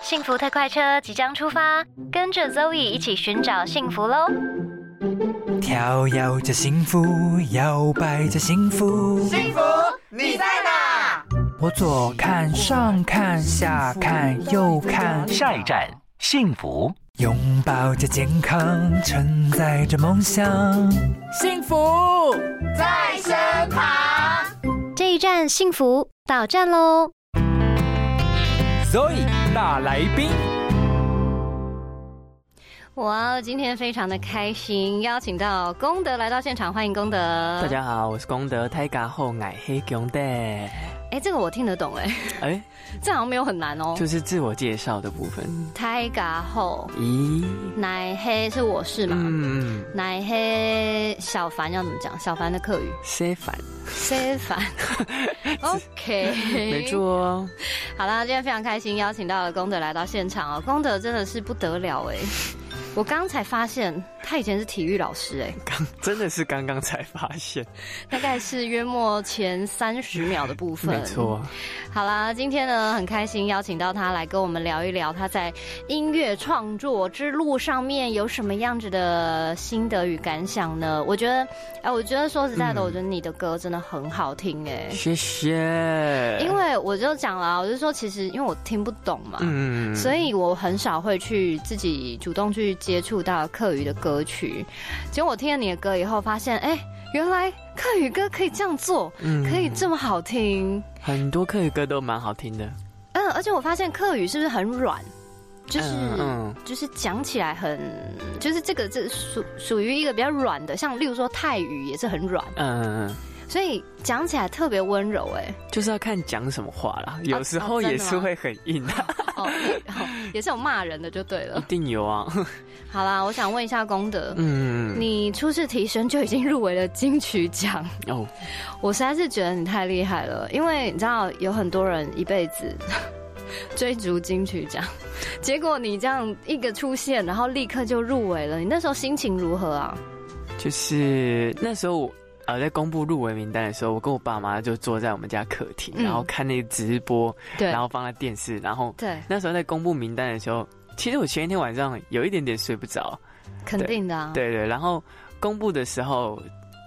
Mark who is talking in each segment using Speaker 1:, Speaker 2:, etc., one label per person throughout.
Speaker 1: 幸福特快车即将出发，跟着 Zoe 一起寻找幸福喽！
Speaker 2: 跳跃着幸福，摇摆着幸福，
Speaker 3: 幸福你在哪？
Speaker 2: 我左看上看下看右看，
Speaker 4: 下一站，幸福。
Speaker 2: 拥抱着健康，承载着梦想，幸福。
Speaker 3: 在身旁。
Speaker 1: 这一站幸福到站喽！
Speaker 2: Zoe 大来宾，
Speaker 1: 哇，今天非常的开心，邀请到功德来到现场，欢迎功德。
Speaker 5: 大家好，我是功德泰嘎后矮黑熊的。
Speaker 1: 哎、这个我听得懂哎，
Speaker 5: 哎，
Speaker 1: 这好像没有很难哦。
Speaker 5: 就是自我介绍的部分。
Speaker 1: 泰嘎后
Speaker 5: 咦，
Speaker 1: 奶黑是我是嘛？
Speaker 5: 嗯，
Speaker 1: 奶黑小凡要怎么讲？小凡的客语，
Speaker 5: 塞
Speaker 1: 哎
Speaker 5: 反，
Speaker 1: C 凡。OK，
Speaker 5: 没错。哦。
Speaker 1: 好啦，今天非常开心，邀请到了功德来到现场哦。功德真的是不得了哎，我刚才发现他以前是体育老师哎，
Speaker 5: 刚真的是刚刚才发现，
Speaker 1: 大概是约莫前三十秒的部分。
Speaker 5: 没错。
Speaker 1: 好啦，今天呢很开心邀请到他来跟我们聊一聊他在音乐创作之路上面有什么样子的心得与感想呢？我觉得，哎、我觉得说实在的，我觉得你的歌真的很好听哎、
Speaker 5: 谢谢。
Speaker 1: 因为我就讲了啊，我就说其实因为我听不懂嘛，
Speaker 5: 嗯
Speaker 1: 所
Speaker 5: 以
Speaker 1: 以我很少会去自己主动去接触到客语的歌曲。结果我听了你的歌以后，发现哎、原来客语歌可以这样做，可以这么好听。
Speaker 5: 嗯很多客语歌都蛮好听的。
Speaker 1: 嗯，而且我发现客语是不是很软？就是、
Speaker 5: 嗯
Speaker 1: 就是讲起来很，就是这个这属属于一个比较软的，像例如说泰语也是很软，
Speaker 5: 嗯嗯，
Speaker 1: 所以讲起来特别温柔哎、
Speaker 5: 就是要看讲什么话啦，有时候
Speaker 1: 哦真的
Speaker 5: 也是
Speaker 1: 吗
Speaker 5: 会很硬 的，
Speaker 1: 哦，哦也是有骂人的就对
Speaker 5: 一
Speaker 1: 了。
Speaker 5: 定有啊。
Speaker 1: 好啦，我想问一下功德，
Speaker 5: 嗯，
Speaker 1: 你初试提升就已经入围了金曲奖，
Speaker 5: 哦，
Speaker 1: 我实在是觉得你太厉害了，因为你知道有很多人一辈子 追逐金曲奖，结果你这样一个出现，然后立刻就入围了，你那时候心情如何啊？
Speaker 5: 就是那时候我呃在公布入围名单的时候，我跟我爸妈就坐在我们家客厅，
Speaker 1: 嗯
Speaker 5: 然后看那个直播，
Speaker 1: 对
Speaker 5: 然后放在电视，然后
Speaker 1: 对，
Speaker 5: 那时候在公布名单的时候，其实我前一天晚上有一点点睡不着，
Speaker 1: 肯定的啊，
Speaker 5: 对对，然后公布的时候。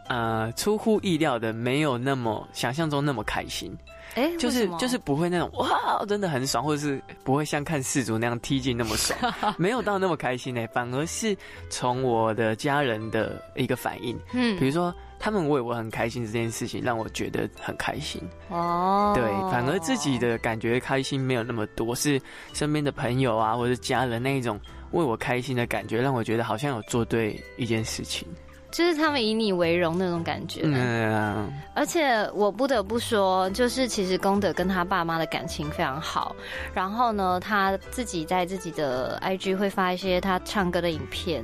Speaker 5: 呃，出乎意料的，没有那么想象中那么开心，
Speaker 1: 哎、为
Speaker 5: 就是
Speaker 1: 什么
Speaker 5: 就是不会那种哇，真的很爽，或者是不会像看世足那样踢进那么 爽，没有到那么开心呢、欸反而是从我的家人的一个反应，比
Speaker 1: 嗯
Speaker 5: 如说他们为我很开心这件事情，让我觉得很开心。
Speaker 1: 哦
Speaker 5: 对，反而自己的感觉开心没有那么多，是身边的朋友啊或者家人那一种为我开心的感觉，让我觉得好像有做对一件事情。
Speaker 1: 就是他们以你为荣那种感觉，
Speaker 5: 嗯，
Speaker 1: 而且我不得不说，就是其实功德跟他爸妈的感情非常好。然后呢，他自己在自己的 IG 会发一些他唱歌的影片。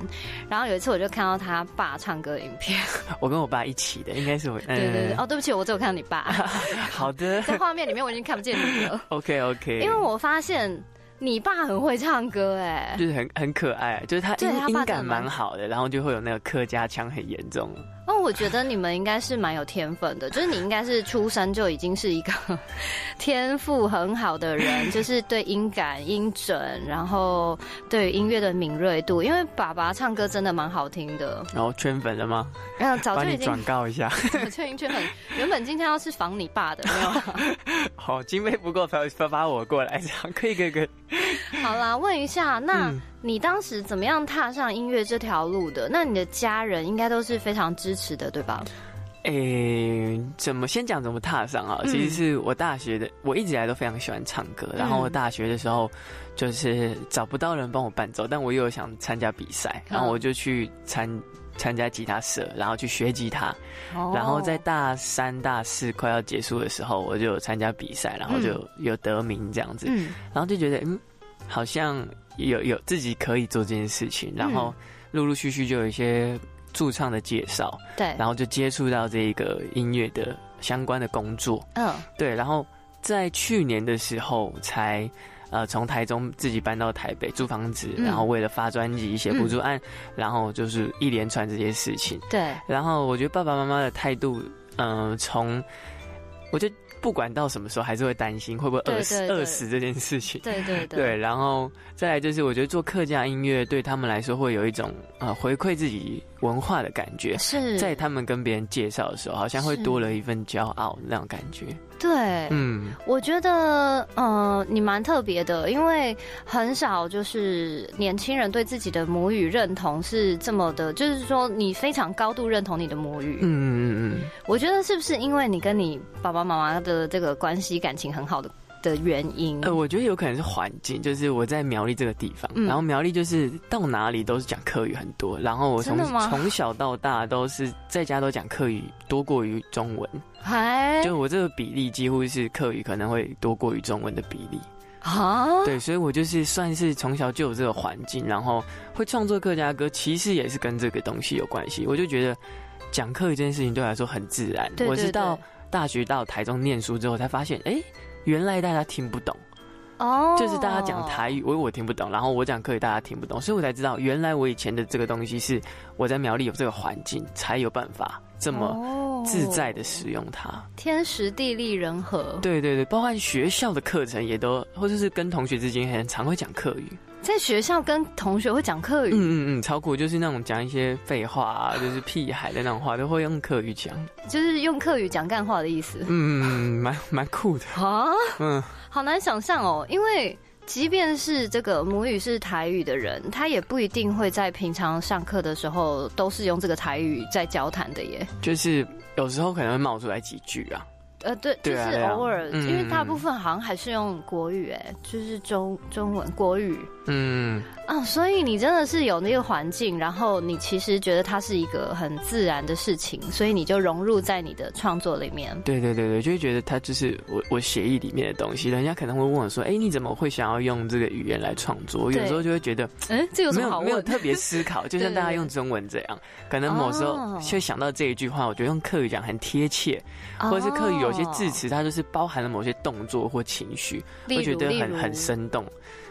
Speaker 1: 然后有一次我就看到他爸唱歌的影片，
Speaker 5: 我跟我爸一起的，应该是我。嗯、
Speaker 1: 对对对。哦，对不起，我只有看到你爸，
Speaker 5: 好的
Speaker 1: 在画面里面我已经看不见你了，
Speaker 5: ，OK OK。
Speaker 1: 因为我发现你爸很会唱歌哎。
Speaker 5: 就是很很可爱，就是他
Speaker 1: 对他
Speaker 5: 音
Speaker 1: 爸
Speaker 5: 音
Speaker 1: 真的
Speaker 5: 感
Speaker 1: 蛮
Speaker 5: 蛮好的，然后就会有那个客家腔很严重。
Speaker 1: 那哦我觉得你们应该是蛮有天分的，就是你应该是出生就已经是一个 天赋很好的人，就是对音感、音准，然后对于音乐的敏锐度。因为爸爸唱歌真的蛮好听的，
Speaker 5: 然后圈粉了吗？
Speaker 1: 嗯，早
Speaker 5: 把
Speaker 1: 就
Speaker 5: 你
Speaker 1: 已经
Speaker 5: 转告一下。
Speaker 1: 早就已经圈粉。原本今天要是防你爸的，没有啊啦。
Speaker 5: 好，经费哦不够，发发发我过来，这样可以可以可以。
Speaker 1: 好啦，问一下，那
Speaker 5: 嗯
Speaker 1: 你当时怎么样踏上音乐这条路的？那你的家人应该都是非常支持的，对吧？
Speaker 5: 诶、怎么先讲怎么踏上啊？
Speaker 1: 嗯
Speaker 5: 其实是我大学的，我一直以来都非常喜欢唱歌。然后
Speaker 1: 嗯
Speaker 5: 我大学的时候，就是找不到人帮我伴奏，但我又想参加比赛，
Speaker 1: 嗯
Speaker 5: 然后我就去参参加吉他社，然后去学吉他。
Speaker 1: 哦
Speaker 5: 然后在大三、大四快要结束的时候，我就有参加比赛，然后就有得名这样子。
Speaker 1: 嗯
Speaker 5: 然后就觉得嗯，好像有有自己可以做这件事情，
Speaker 1: 嗯
Speaker 5: 然后陆陆续续就有一些驻唱的介绍，
Speaker 1: 对，
Speaker 5: 然后就接触到这个音乐的相关的工作，
Speaker 1: 嗯
Speaker 5: 对，然后在去年的时候才。呃，从台中自己搬到台北租房子，
Speaker 1: 嗯
Speaker 5: 然后为了发专辑写补助案，然后就是一连串这些事情。
Speaker 1: 对，
Speaker 5: 呃然后我觉得爸爸妈妈的态度，嗯、从我觉得不管到什么时候，还是会担心会不会饿死
Speaker 1: 对对对
Speaker 5: 饿死这件事情。
Speaker 1: 对对对，
Speaker 5: 对，然后再来就是，我觉得做客家音乐对他们来说会有一种呃回馈自己文化的感觉，
Speaker 1: 是
Speaker 5: 在他们跟别人介绍的时候，好像会
Speaker 1: 是
Speaker 5: 多了一份骄傲那种感觉。
Speaker 1: 对，
Speaker 5: 嗯，
Speaker 1: 我觉得，呃，你蛮特别的，因为很少就是年轻人对自己的母语认同是这么的，就是说你非常高度认同你的母语。
Speaker 5: 嗯嗯嗯
Speaker 1: 我觉得是不是因为你跟你爸爸妈妈的这个关系感情很好的的原因？
Speaker 5: 嗯，呃，我觉得有可能是环境，就是我在苗栗这个地方，
Speaker 1: 嗯
Speaker 5: 然后苗栗就是到哪里都是讲客语很多，然后我从
Speaker 1: 真的吗
Speaker 5: 从小到大都是在家都讲客语多过于中文，
Speaker 1: 还
Speaker 5: 就我这个比例几乎是客语可能会多过于中文的比例。
Speaker 1: 啊，
Speaker 5: 对，所以我就是算是从小就有这个环境，然后会创作客家歌，其实也是跟这个东西有关系。我就觉得讲课这件事情对我来说很自然。
Speaker 1: 对
Speaker 5: 我
Speaker 1: 对
Speaker 5: 是到
Speaker 1: 对
Speaker 5: 大学到台中念书之后才发现，哎、原来大家听不懂，
Speaker 1: 哦，
Speaker 5: 就是大家讲台语，我我听不懂，然后我讲客语大家听不懂，所以我才知道原来我以前的这个东西是我在苗栗有这个环境才有办法这
Speaker 1: 哦
Speaker 5: 么
Speaker 1: 么
Speaker 5: 自在的使用它。
Speaker 1: 天时地利人和。
Speaker 5: 对对对，包含学校的课程也都，或者是跟同学之间很常会讲客语。
Speaker 1: 在学校跟同学会讲客语，
Speaker 5: 嗯嗯嗯，超酷，就是那种讲一些废话啊，就是屁孩的那种话，都会用客语讲。
Speaker 1: 就是用客语讲干话的意思。
Speaker 5: 嗯嗯嗯，蛮蛮酷的。
Speaker 1: 啊，
Speaker 5: 嗯，
Speaker 1: 好难想象哦，因为。即便是这个母语是台语的人，他也不一定会在平常上课的时候都是用这个台语在交谈的耶。
Speaker 5: 就是有时候可能会冒出来几句啊。
Speaker 1: 呃，对，就
Speaker 5: 对啊
Speaker 1: 是
Speaker 5: 对啊
Speaker 1: 偶尔，
Speaker 5: 嗯
Speaker 1: 因为大部分好像还是用国语，哎，就是中中文国语
Speaker 5: 嗯，
Speaker 1: 啊。所以你真的是有那个环境，然后你其实觉得它是一个很自然的事情，所以你就融入在你的创作里面。
Speaker 5: 对对对对，就会觉得它就是我我协议里面的东西。人家可能会问我说：“哎，你怎么会想要用这个语言来创作？”我有
Speaker 1: 对
Speaker 5: 时候就会觉得
Speaker 1: 嗯，这有什
Speaker 5: 没
Speaker 1: 么好
Speaker 5: 有没有
Speaker 1: 问？
Speaker 5: 特别思考，就像大家用中文这样，可能某时候
Speaker 1: 哦
Speaker 5: 就想到这一句话，我觉得用客语讲很贴切，或者是客语有些字词，它就是包含了某些动作或情绪，
Speaker 1: 例
Speaker 5: 会
Speaker 1: 如，
Speaker 5: 觉得
Speaker 1: 例如
Speaker 5: 很很，生动，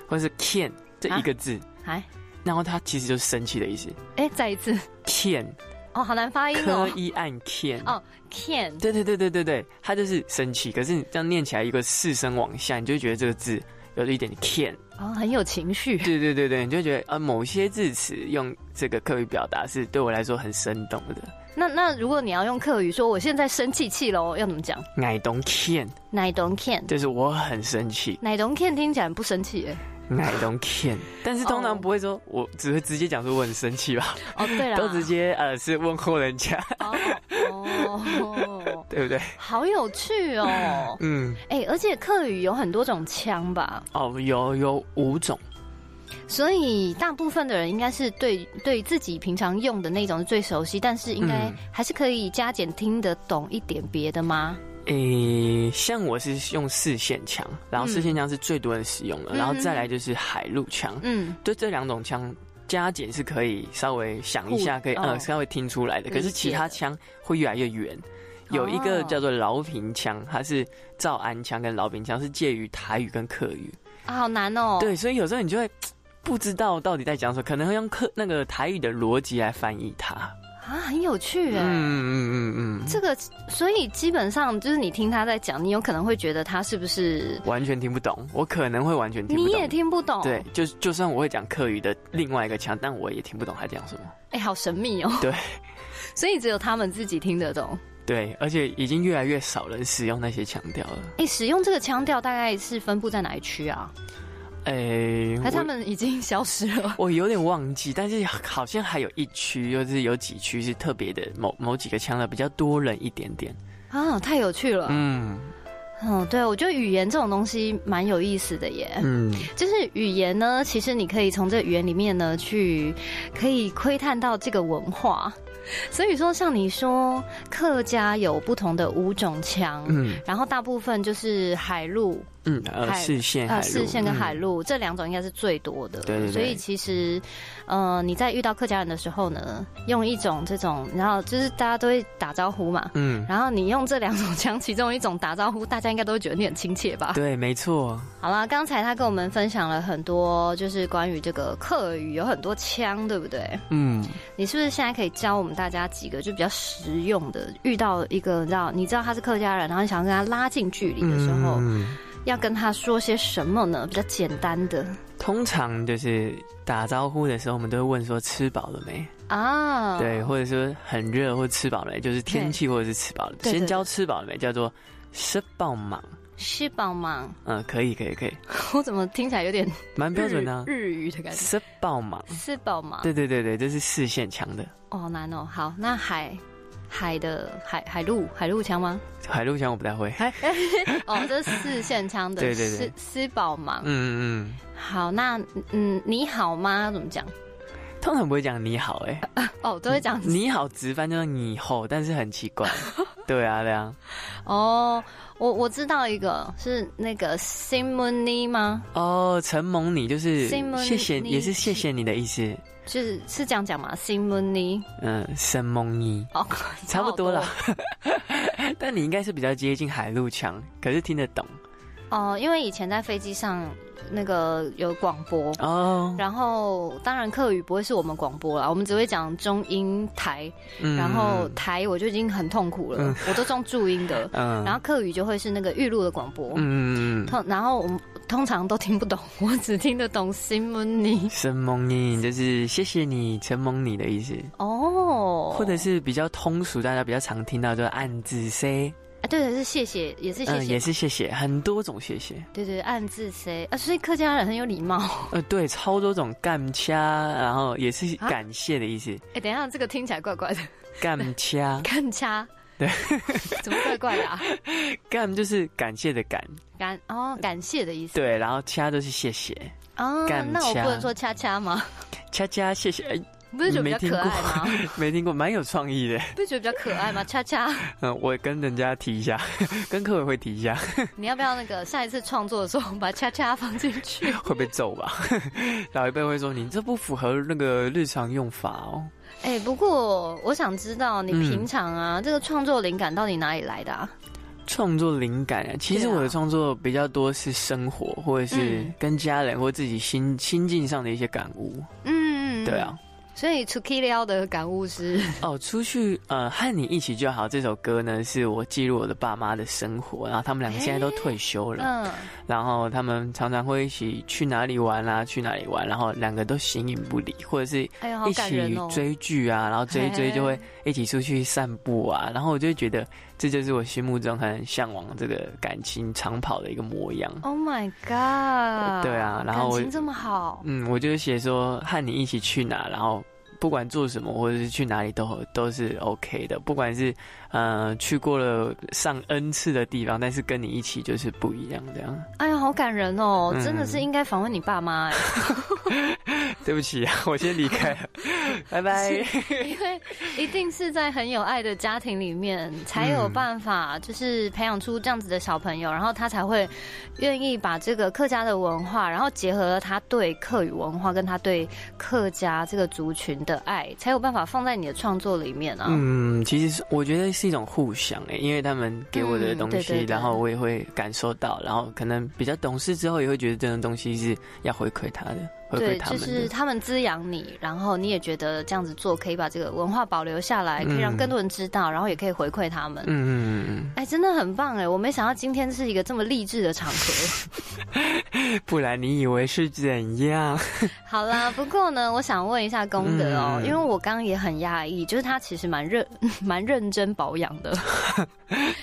Speaker 5: 或是 can 这一个字，
Speaker 1: 哎
Speaker 5: 然后它其实就是生气的意思
Speaker 1: 哎，再一次。
Speaker 5: ，can
Speaker 1: 哦，好难发音
Speaker 5: 科
Speaker 1: 哦。
Speaker 5: 一按 can。
Speaker 1: 哦，can，
Speaker 5: 对对对对对对，它就是生气，可是你这样念起来一个四声往下，你就会觉得这个字有一点 can。
Speaker 1: 哦，很有情绪。
Speaker 5: 对对对对，你就会觉得啊，某些字词用这个客语表达是对我来说很生动的。
Speaker 1: 那那如果你要用客语说我现在生气气喽，要怎么讲
Speaker 5: I don't can，
Speaker 1: ？I don't can。
Speaker 5: 就是我很生气。
Speaker 1: 奶don't can 听起来很不 生气耶。
Speaker 5: I don't can，但是通
Speaker 1: 哦
Speaker 5: 常不会说，我只会直接讲说我很生气吧，
Speaker 1: 哦，对啦，
Speaker 5: 都直接呃是问候人家，
Speaker 1: 哦哦，
Speaker 5: 对不对？
Speaker 1: 好有 趣哦。
Speaker 5: 嗯，
Speaker 1: 哎，而且客语有很多种腔吧，
Speaker 5: 哦，有有五种，
Speaker 1: 所以大部分的人应该是对对自己平常用的那种是最熟悉，但是应该
Speaker 5: 嗯
Speaker 1: 还是可以加减听得懂一点别的吗？
Speaker 5: 诶、像我是用四线枪，然后
Speaker 1: 嗯
Speaker 5: 四线枪是最多人使用的，
Speaker 1: 嗯
Speaker 5: 然后再来就是海陆枪，
Speaker 1: 嗯，
Speaker 5: 就这两种枪。加减是可以稍微想一下，
Speaker 1: 互
Speaker 5: 可以
Speaker 1: 哦
Speaker 5: 呃稍微听出来的，可
Speaker 1: 理
Speaker 5: 是
Speaker 1: 解
Speaker 5: 其他枪会越来越远。有一个
Speaker 1: 哦
Speaker 5: 叫做饶平枪，它是赵安枪跟饶平枪是介于台语跟客语。
Speaker 1: 啊，好难哦。
Speaker 5: 对，所以有时候你就会不知道到底在讲什么，可能会用客那个台语的逻辑来翻译它。
Speaker 1: 啊，很有趣
Speaker 5: 嗯
Speaker 1: 哎。
Speaker 5: 嗯嗯嗯
Speaker 1: 这个，所以基本上就是你听他在讲，你有可能会觉得他是不是
Speaker 5: 嗯，完全听不懂，我可能会完全听不
Speaker 1: 你
Speaker 5: 懂。
Speaker 1: 也听不懂？
Speaker 5: 对，，就就算我会讲客语的另外一个腔，但我也听不懂他讲什么。
Speaker 1: 哎、好神秘哦。
Speaker 5: 对，
Speaker 1: 所以只有他们自己听得懂。
Speaker 5: 对，而且已经越来越少人使用那些腔调了。
Speaker 1: 哎、使用这个腔调大概是分布在哪一区啊？
Speaker 5: 诶、
Speaker 1: 还是他们已经消失了？
Speaker 5: 我我有点忘记，但是好像还有一区，就是有几区是特别的某某几个腔的比较多人一点点。
Speaker 1: 啊，太有趣了。
Speaker 5: 嗯
Speaker 1: 嗯，对，我觉得语言这种东西蛮有意思的耶。
Speaker 5: 嗯，
Speaker 1: 就是语言呢，其实你可以从这语言里面呢，去可以窥探到这个文化。 所以说，像你说客家有不同的五种腔，
Speaker 5: 嗯
Speaker 1: 然后大部分就是海陆，
Speaker 5: 嗯，呃，
Speaker 1: 海
Speaker 5: 视线海
Speaker 1: 呃，
Speaker 5: 陆，
Speaker 1: 四线跟海
Speaker 5: 嗯
Speaker 1: 陆、这两种应该是最多的。
Speaker 5: 对对嗯对
Speaker 1: 所以其实，呃，你在遇到客家人的时候呢，用一种这种，然后就是大家都会打招呼嘛，
Speaker 5: 嗯，
Speaker 1: 然后你用这两种腔其中一种打招呼，大家家应该都会觉得你很亲切吧？
Speaker 5: 对，没错，
Speaker 1: 好啦，刚才他跟我们分享了很多，就是关于这个客语有很多腔，对不对？
Speaker 5: 嗯，
Speaker 1: 你是不是现在可以教我们大家几个就比较实用的？遇到一个你知道，你知道他是客家人，然后你想要跟他拉近距离的时候，
Speaker 5: 嗯
Speaker 1: 要跟他说些什么呢？比较简单的
Speaker 5: 通常就是打招呼的时候，我们都会问说吃饱了没，
Speaker 1: 啊，
Speaker 5: 对，或者说很热或吃饱了没，就是天气或者是吃饱了，
Speaker 1: 对对
Speaker 5: 先
Speaker 1: 对
Speaker 5: 教吃饱了没，叫做吃饱忙，
Speaker 1: 吃饱吗？
Speaker 5: 嗯，可以，可以，可以，
Speaker 1: 我怎么听起来有点
Speaker 5: 蛮标准的啊，
Speaker 1: 日日啊语的感觉？
Speaker 5: 吃饱忙，
Speaker 1: 吃饱吗？
Speaker 5: 对对对对，这是视线强的。
Speaker 1: 哦，好难哦。好，那海海的海海陆海陆 腔吗？
Speaker 5: 海陆腔我不太会，
Speaker 1: 哦，这是四线腔的，
Speaker 5: 对对对
Speaker 1: 吃吃饱吗？
Speaker 5: 嗯嗯
Speaker 1: 好，那嗯，你好吗？怎么讲？
Speaker 5: 嗯，通常不会讲你好哎、
Speaker 1: 哦，都会讲
Speaker 5: 你好直翻就是你后，但是很奇怪， 对啊对啊，
Speaker 1: 哦。我我知道一个是那个 simony 吗？
Speaker 5: 哦，承蒙你就是
Speaker 1: 承蒙你
Speaker 5: 谢谢，也是谢谢你的意思，
Speaker 1: 就是是这样讲吗？simony
Speaker 5: 嗯，承蒙你
Speaker 1: 哦，
Speaker 5: 差不多啦， 但你应该是比较接近海陆腔，可是听得懂
Speaker 1: 哦，因为以前在飞机上那个有广播。
Speaker 5: 哦，
Speaker 1: 然后，当然客语不会是我们广播啦，我们只会讲中英台，
Speaker 5: 嗯
Speaker 1: 然后台我就已经很痛苦了，我都中注音的，
Speaker 5: 嗯
Speaker 1: 然后客语就会是那个预录的广播，
Speaker 5: 嗯嗯嗯，
Speaker 1: 通然后我们通常都听不懂，我只听得懂 simony
Speaker 5: 承蒙你就是谢谢你，承蒙你的意思，
Speaker 1: 哦，
Speaker 5: 或者是比较通俗，大家比较常听到就是暗自 say，
Speaker 1: 啊，对的是谢谢，也是谢
Speaker 5: 嗯，
Speaker 1: 谢，
Speaker 5: 也是谢谢，很多种谢谢。
Speaker 1: 对对暗自 say 啊，所以客家人很有礼貌。
Speaker 5: 呃，对，超多种干掐，然后也是
Speaker 1: 啊
Speaker 5: 感谢的意 思，
Speaker 1: 哎，等一下这个听起来怪怪的，
Speaker 5: 干掐，
Speaker 1: 干掐，对， 怎么怪怪的啊？
Speaker 5: 干就是感谢的感，
Speaker 1: 感哦感谢的意思，
Speaker 5: 呃对，然后掐就是谢谢，
Speaker 1: 哦，
Speaker 5: 干
Speaker 1: 那我
Speaker 5: 掐
Speaker 1: 不能说恰 恰吗？
Speaker 5: 掐掐谢谢，哎
Speaker 1: 不是觉得比较
Speaker 5: 没听
Speaker 1: 可
Speaker 5: 过
Speaker 1: 爱吗？
Speaker 5: 没听过，蛮有创意的。
Speaker 1: 不是觉得比较可爱吗？恰恰，
Speaker 5: 嗯，我跟人家提一下， 跟客委会提一下，
Speaker 1: 你要不要那个下一次创作的时候把恰恰放进 去？
Speaker 5: 会被揍吧？老一辈会说你这不符合那个日常用法哦。
Speaker 1: 哎、不过我想知道你
Speaker 5: 嗯
Speaker 1: 平常啊，这个创作灵感到底哪里来的啊？
Speaker 5: 创作灵感啊，其实
Speaker 1: 对啊
Speaker 5: 我的创作比较多是生活，或者是
Speaker 1: 嗯
Speaker 5: 跟家人或自己心心境上的一些感悟。
Speaker 1: 嗯，
Speaker 5: 对啊，，
Speaker 1: 所以 t u k i l i 的感悟是，
Speaker 5: 哦，出去呃，和你一起就好。这首歌呢，是我记录我的爸妈的生活，然后他们两个现在都退休了，
Speaker 1: 嗯，
Speaker 5: 然后他们常常会一起去哪里玩啊，去哪里玩，然后两个都形影不离，或者是
Speaker 1: 哎呀，好
Speaker 5: 一
Speaker 1: 感
Speaker 5: 起
Speaker 1: 人哦。
Speaker 5: 追剧啊，然后追一追就会一起出去散步啊，然后我就会觉得这就是我心目中很向往这个感情长跑的一个模样。
Speaker 1: Oh my god！
Speaker 5: 对啊然后我
Speaker 1: 感情这么好，
Speaker 5: 嗯，我就写说和你一起去哪，然后不管做什么或者是去哪里都都是 OK 的，不管是呃去过了上 N 次的地方，但是跟你一起就是不一样这样。
Speaker 1: 哎呀，好感人哦！
Speaker 5: 嗯
Speaker 1: 真的是应该访问你爸妈哎，
Speaker 5: 对不起，啊我先离 开了，拜拜。
Speaker 1: 因为一定是在很有爱的家庭里面，才有办法就是培养出这样子的小朋友，然后他才会愿意把这个客家的文化，然后结合了他对客语文化跟他对客家这个族群的爱，才有办法放在你的创作里面啊。
Speaker 5: 嗯，其实是我觉得是一种互相诶、因为他们给我的
Speaker 1: 嗯
Speaker 5: 东
Speaker 1: 对
Speaker 5: 西，
Speaker 1: 对对
Speaker 5: 然后我也会感受到，然后可能比较懂事之后，也会觉得这种东西是要回馈他的，回
Speaker 1: 对，
Speaker 5: 馈他
Speaker 1: 就
Speaker 5: 们的。
Speaker 1: 是他们滋养你，然后你也觉得这样子做可以把这个文化保留下来，
Speaker 5: 嗯
Speaker 1: 可以让更多人知道，然后也可以回馈他们。
Speaker 5: 嗯嗯嗯
Speaker 1: 哎，真的很棒哎！我没想到今天是一个这么励志的场合。
Speaker 5: 嗯，不然你以为是怎样？啊
Speaker 1: 好 啦，不过呢，我想问一下功德哦，
Speaker 5: 嗯
Speaker 1: 因为我刚刚也很讶异，就是他其实蛮认 蛮认真保养 的。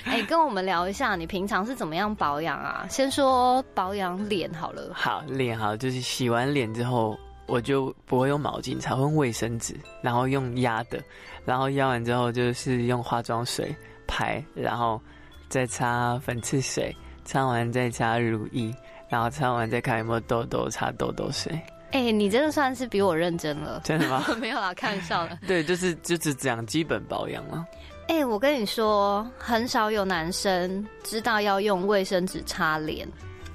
Speaker 1: 哎，跟我们聊一下，你平常是怎么样保养啊？先说保养脸好了。
Speaker 5: 好，脸好，就是洗完脸之后，我就不会用毛巾，才会用卫生纸，然后用压的，然后压完之后就是用化妆水拍，然后再擦粉刺水，擦完再擦乳液，然后擦完再看有没有痘痘，擦痘痘水，
Speaker 1: 哎，你真的算是比我认真了。
Speaker 5: 真 的吗？
Speaker 1: 没有啦，开玩笑的。
Speaker 5: 对，就是就是这样基本保养了。
Speaker 1: 哎、我跟你说，很少有男生知道要用卫生纸擦脸。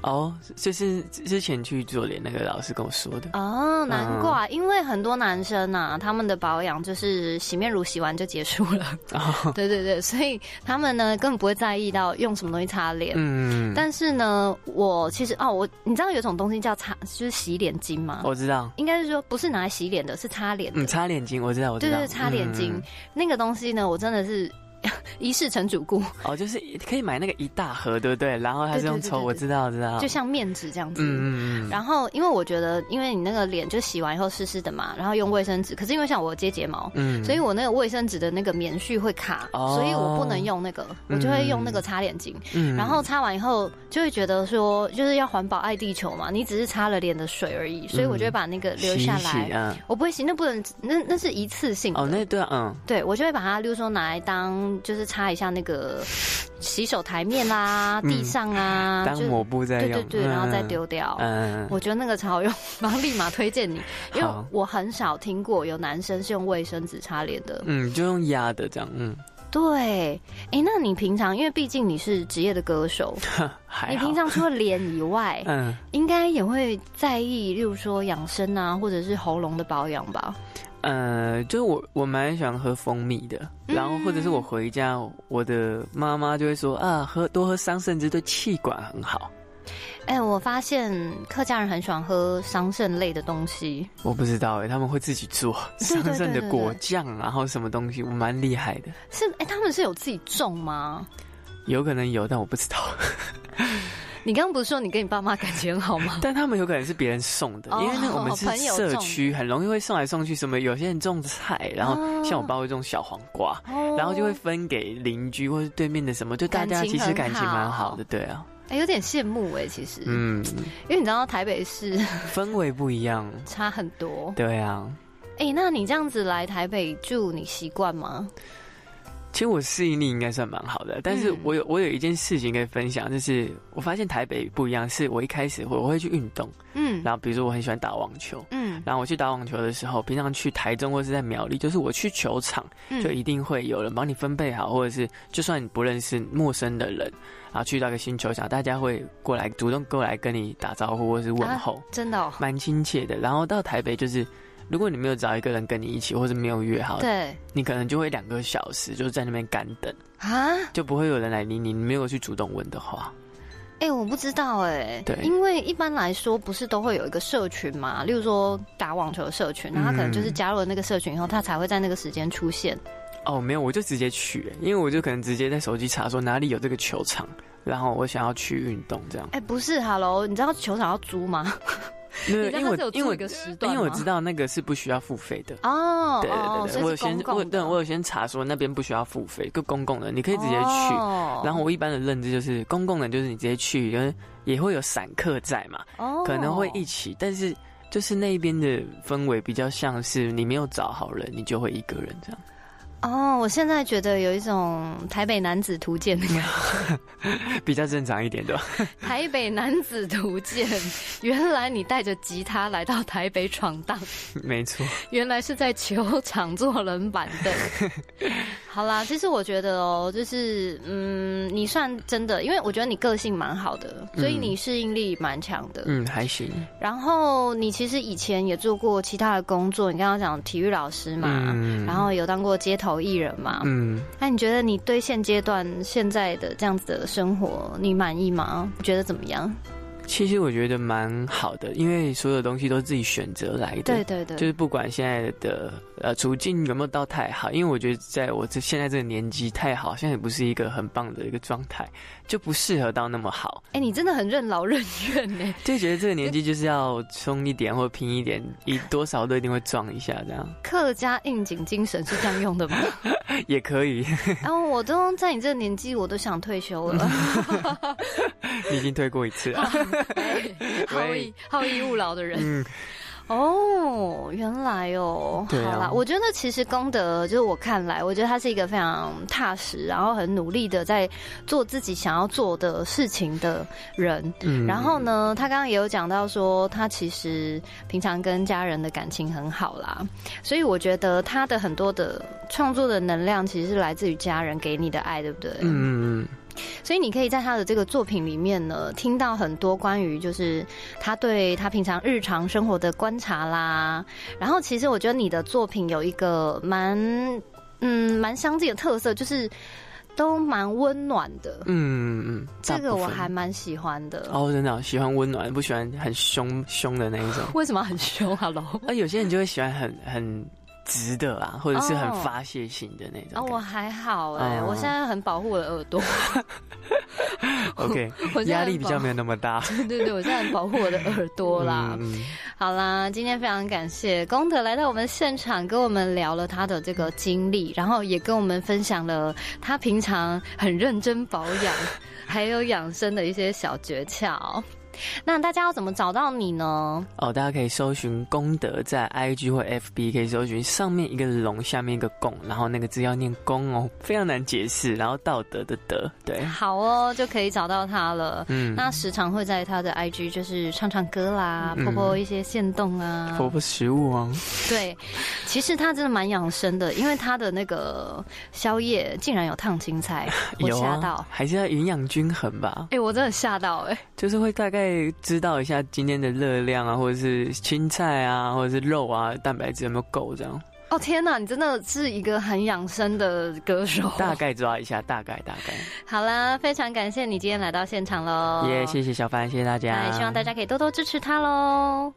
Speaker 5: 哦，就是之前去做脸那个老师跟我说的。
Speaker 1: 哦，难怪，因为很多男生呐、他们的保养就是洗面乳洗完就结束了，
Speaker 5: 哦，
Speaker 1: 对对对，所以他们呢根本不会在意到用什么东西擦脸。
Speaker 5: 嗯，
Speaker 1: 但是呢，我其实哦，我你知道有一种东西叫擦，就是洗脸巾吗？
Speaker 5: 嗯我知道，
Speaker 1: 应该是说不是拿来洗脸的，是擦脸的。
Speaker 5: 哦嗯，擦脸巾，我知道，我
Speaker 1: 对
Speaker 5: 知道，
Speaker 1: 对，擦脸巾、
Speaker 5: 嗯
Speaker 1: 那个东西呢，我真的是 一世成主顾，
Speaker 5: 哦，就是可以买那个一大盒，对不对？然后它是用抽，
Speaker 1: 对对对对对
Speaker 5: 我知道，我知道，
Speaker 1: 就像面纸这样子。
Speaker 5: 啊嗯嗯嗯，
Speaker 1: 然后，因为我觉得，因为你那个脸就洗完以后湿湿的嘛，然后用卫生纸。可是因为像我有接睫毛，
Speaker 5: 嗯
Speaker 1: 所以我那个卫生纸的那个棉絮会卡，
Speaker 5: 哦
Speaker 1: 所以我不能用那个，我就会用那个擦脸巾。
Speaker 5: 嗯
Speaker 1: 然后擦完以后，就会觉得说，就是要环保爱地球嘛，你只是擦了脸的水而已，所以我就会把那个留下
Speaker 5: 洗一
Speaker 1: 来。
Speaker 5: 洗嗯，
Speaker 1: 我不会洗，那不能，那那是一次性的。
Speaker 5: 哦，那对啊，嗯，
Speaker 1: 对，我就会把它，例如说拿来当，就是擦一下那个洗手台面啦、
Speaker 5: 嗯
Speaker 1: 地上啊，
Speaker 5: 当
Speaker 1: 就
Speaker 5: 抹布在
Speaker 1: 对
Speaker 5: 用，
Speaker 1: 对对，
Speaker 5: 嗯
Speaker 1: 然后再，丢掉。
Speaker 5: 嗯，嗯
Speaker 1: 我觉得那个超好用，然后立马推荐你，因为
Speaker 5: 好
Speaker 1: 我很少听过有男生是用卫生纸擦脸的。
Speaker 5: 嗯，就用压的这样，嗯，
Speaker 1: 对，哎，那你平常，因为毕竟你是职业的歌手，
Speaker 5: 还
Speaker 1: 你
Speaker 5: 好
Speaker 1: 平，常除了脸以外，
Speaker 5: 嗯，
Speaker 1: 应该也会在意，例如说养生啊，或者是喉咙的保养吧。
Speaker 5: 呃，就是我我蛮喜欢喝蜂蜜的，然后或者是我回家，我的妈妈就会说啊，喝多喝桑葚汁对气管很好。
Speaker 1: 哎、我发现客家人很喜欢喝桑葚类的东西，
Speaker 5: 我不知道哎、他们会自己做
Speaker 1: 对
Speaker 5: 桑
Speaker 1: 对
Speaker 5: 葚
Speaker 1: 对
Speaker 5: 的
Speaker 1: 对
Speaker 5: 果
Speaker 1: 对
Speaker 5: 酱，然后什么东西，我蛮厉害的。
Speaker 1: 是哎、他们是有自己种吗？
Speaker 5: 有可能有，但我不知 道。？
Speaker 1: 你刚刚不是说你跟你爸妈感情很好吗
Speaker 5: 但他们有可能是别人送的，
Speaker 1: 哦
Speaker 5: 因为那个我们是
Speaker 1: 朋友
Speaker 5: 社
Speaker 1: 种
Speaker 5: 区，很容易会送来送去。什么有些人种菜， 然后
Speaker 1: 哦
Speaker 5: 像我爸会种小黄瓜，
Speaker 1: 哦
Speaker 5: 然后就会分给邻居或是对面的什么，就大家
Speaker 1: 感情
Speaker 5: 其实
Speaker 1: 很
Speaker 5: 感情蛮
Speaker 1: 好
Speaker 5: 好的，对啊，
Speaker 1: 哎、有点羡慕哎、其实，
Speaker 5: 嗯，
Speaker 1: 因为你知道台北市
Speaker 5: 氛围不一样，
Speaker 1: 差很多。
Speaker 5: 对啊。
Speaker 1: 哎、那你这样子来台北住，你习惯吗？
Speaker 5: 其实我适应力应该算蛮好的，但是
Speaker 1: 嗯
Speaker 5: 我有我有一件事情可以分享，就是我发现台北不一样，是我一开始我我会去运动，
Speaker 1: 嗯
Speaker 5: 然后比如说我很喜欢打网球，
Speaker 1: 嗯
Speaker 5: 然后我去打网球的时候，平常去台中或是在苗栗，就是我去球场
Speaker 1: 嗯
Speaker 5: 就一定会有人帮你分配好，或者是就算你不认识陌生的人，然后去到一个新球场，大家会过来主动过来跟你打招呼或是问候，
Speaker 1: 真的、哦，
Speaker 5: 蛮亲切的。然后到台北就是。如果你没有找一个人跟你一起，或者没有约好，
Speaker 1: 对
Speaker 5: 你可能就会两个小时就在那边干等，
Speaker 1: 啊。
Speaker 5: 就不会有人来理你。你没有去主动问的话，
Speaker 1: 哎、我不知道哎、
Speaker 5: 对
Speaker 1: 因为一般来说不是都会有一个社群嘛，例如说打网球的社群，那他可能
Speaker 5: 嗯
Speaker 1: 就是加入了那个社群以后，他才会在那个时间出现。
Speaker 5: 哦，没有，我就直接去、欸因为我就可能直接在手机查说哪里有这个球场，然后我想要去运动这样。
Speaker 1: 哎、不是，Hello，你知道球场要 租吗？
Speaker 5: 因
Speaker 1: 你
Speaker 5: 为
Speaker 1: 知道
Speaker 5: 因为我
Speaker 1: 它是有
Speaker 5: 因
Speaker 1: 租
Speaker 5: 为
Speaker 1: 一个时
Speaker 5: 因
Speaker 1: 段
Speaker 5: 为我
Speaker 1: 吗
Speaker 5: 知道那个是不需要付费的。
Speaker 1: 哦，
Speaker 5: 对
Speaker 1: 哦
Speaker 5: 对对，对我有
Speaker 1: 所以
Speaker 5: 先
Speaker 1: 是公
Speaker 5: 我
Speaker 1: 共
Speaker 5: 对
Speaker 1: 的，
Speaker 5: 我有先查说那边不需要付费，就公共的，你可以直接去。
Speaker 1: 哦
Speaker 5: 然后我一般的认知就是公共的，就是你直接去，因为也会有散客在嘛，
Speaker 1: 哦
Speaker 5: 可能会一起，但是就是那边的氛围比较像是你没有找好人，你就会一个人这样。
Speaker 1: 哦，我现在觉得有一种台北男子图鉴的 感觉，
Speaker 5: 比较正常一点的。
Speaker 1: 台北男子图鉴，原来你带着吉他来到台北闯荡，
Speaker 5: 没错。
Speaker 1: 原来是在球场坐冷板凳。 好啦，其实我觉得哦，就是嗯，你算真的，因为我觉得你个性蛮好的，所以
Speaker 5: 嗯
Speaker 1: 你适应力蛮强的。
Speaker 5: 嗯，还行。
Speaker 1: 然后你其实以前也做过其他的工作，你刚刚讲体育老师嘛，
Speaker 5: 嗯
Speaker 1: 然后有当过街头艺人嘛。
Speaker 5: 嗯，
Speaker 1: 那你觉得你对现阶段现在的这样子的生活，你满意吗？你觉得怎么样？
Speaker 5: 其实我觉得蛮好的，因为所有东西都自己选择来的。
Speaker 1: 对对对，
Speaker 5: 就是不管现在的呃处境有没有到太好，因为我觉得在我这现在这个年纪太好，像也不是一个很棒的一个状态，就不适合到那么好，
Speaker 1: 哎、你真的很任劳任怨呢、
Speaker 5: 就觉得这个年纪就是要冲一点或拼一点，一多少都一定会撞一下，这样
Speaker 1: 客家应景精神是这样用的吗？
Speaker 5: 也可以。
Speaker 1: 然后我都在你这个年纪，我都想退休了。
Speaker 5: 你已经退过一次 了，
Speaker 1: 好逸好逸恶劳的人
Speaker 5: 嗯，
Speaker 1: 哦，原来哦，
Speaker 5: 对啊
Speaker 1: 好啦，我觉得其实功德就是我看来，我觉得他是一个非常踏实，然后很努力的在做自己想要做的事情的人。
Speaker 5: 嗯
Speaker 1: 然后呢，他刚刚也有讲到说，他其实平常跟家人的感情很好啦，所以我觉得他的很多的创作的能量，其实是来自于家人给你的爱，对不对？
Speaker 5: 嗯嗯嗯，
Speaker 1: 所以你可以在他的这个作品里面呢，听到很多关于就是他对他平常日常生活的观察啦。然后其实我觉得你的作品有一个蛮嗯蛮相近的特色，就是都蛮温暖的。
Speaker 5: 嗯嗯，
Speaker 1: 这
Speaker 5: 大
Speaker 1: 个
Speaker 5: 部
Speaker 1: 我
Speaker 5: 分
Speaker 1: 还蛮喜欢的。
Speaker 5: 哦，真的哦、喜欢温暖，不喜欢很凶凶的那一 种。
Speaker 1: 为什么很凶？Hello。
Speaker 5: 啊，有些人就会喜欢很很直的啊，或者是很
Speaker 1: 哦
Speaker 5: 发泄型的那种
Speaker 1: 啊，
Speaker 5: 感觉。
Speaker 1: 我还好哎、
Speaker 5: 哦
Speaker 1: 我现在很保护我的耳朵，
Speaker 5: OK，
Speaker 1: 我现在
Speaker 5: 压
Speaker 1: 很
Speaker 5: 力比较
Speaker 1: 保
Speaker 5: 没有那么 大。
Speaker 1: 对对对，我现在很保护我的耳朵啦。
Speaker 5: 嗯嗯
Speaker 1: 好啦，今天非常感谢功德来到我们现场，跟我们聊了他的这个经历，然后也跟我们分享了他平常很认真保养， 还有养生的一些小诀窍。那大家要怎么找到你呢？
Speaker 5: 哦，大家可以搜寻功德，在 IG 或 FB 可以搜寻上面一个龙，下面一个拱，然后那个字要念公哦，非常难解释。然后道德的德，对，
Speaker 1: 好哦，就可以找到他了。
Speaker 5: 嗯，
Speaker 1: 那时常会在他的 IG 就是唱唱歌啦，
Speaker 5: 嗯
Speaker 1: 播播一些线动啊，
Speaker 5: 婆婆食物哦，
Speaker 1: 对，其实他真的蛮养生的，因为他的那个宵夜竟然有烫青 菜，我
Speaker 5: 有
Speaker 1: 吓到
Speaker 5: 啊，。还是要营养均衡吧，
Speaker 1: 哎、我真的吓到哎、
Speaker 5: 就是会大概知道一下今天的热量啊，或者是青菜啊，或者是肉啊，蛋白质有没有够这样，
Speaker 1: 哦天哪，你真的是一个很养生的歌手。
Speaker 5: 大概抓一下，大概大概。
Speaker 1: 好啦，非常感谢你今天来到现场喽，啊
Speaker 5: 也、谢谢小凡，谢谢大家，
Speaker 1: 哎希望大家可以多多支持他喽。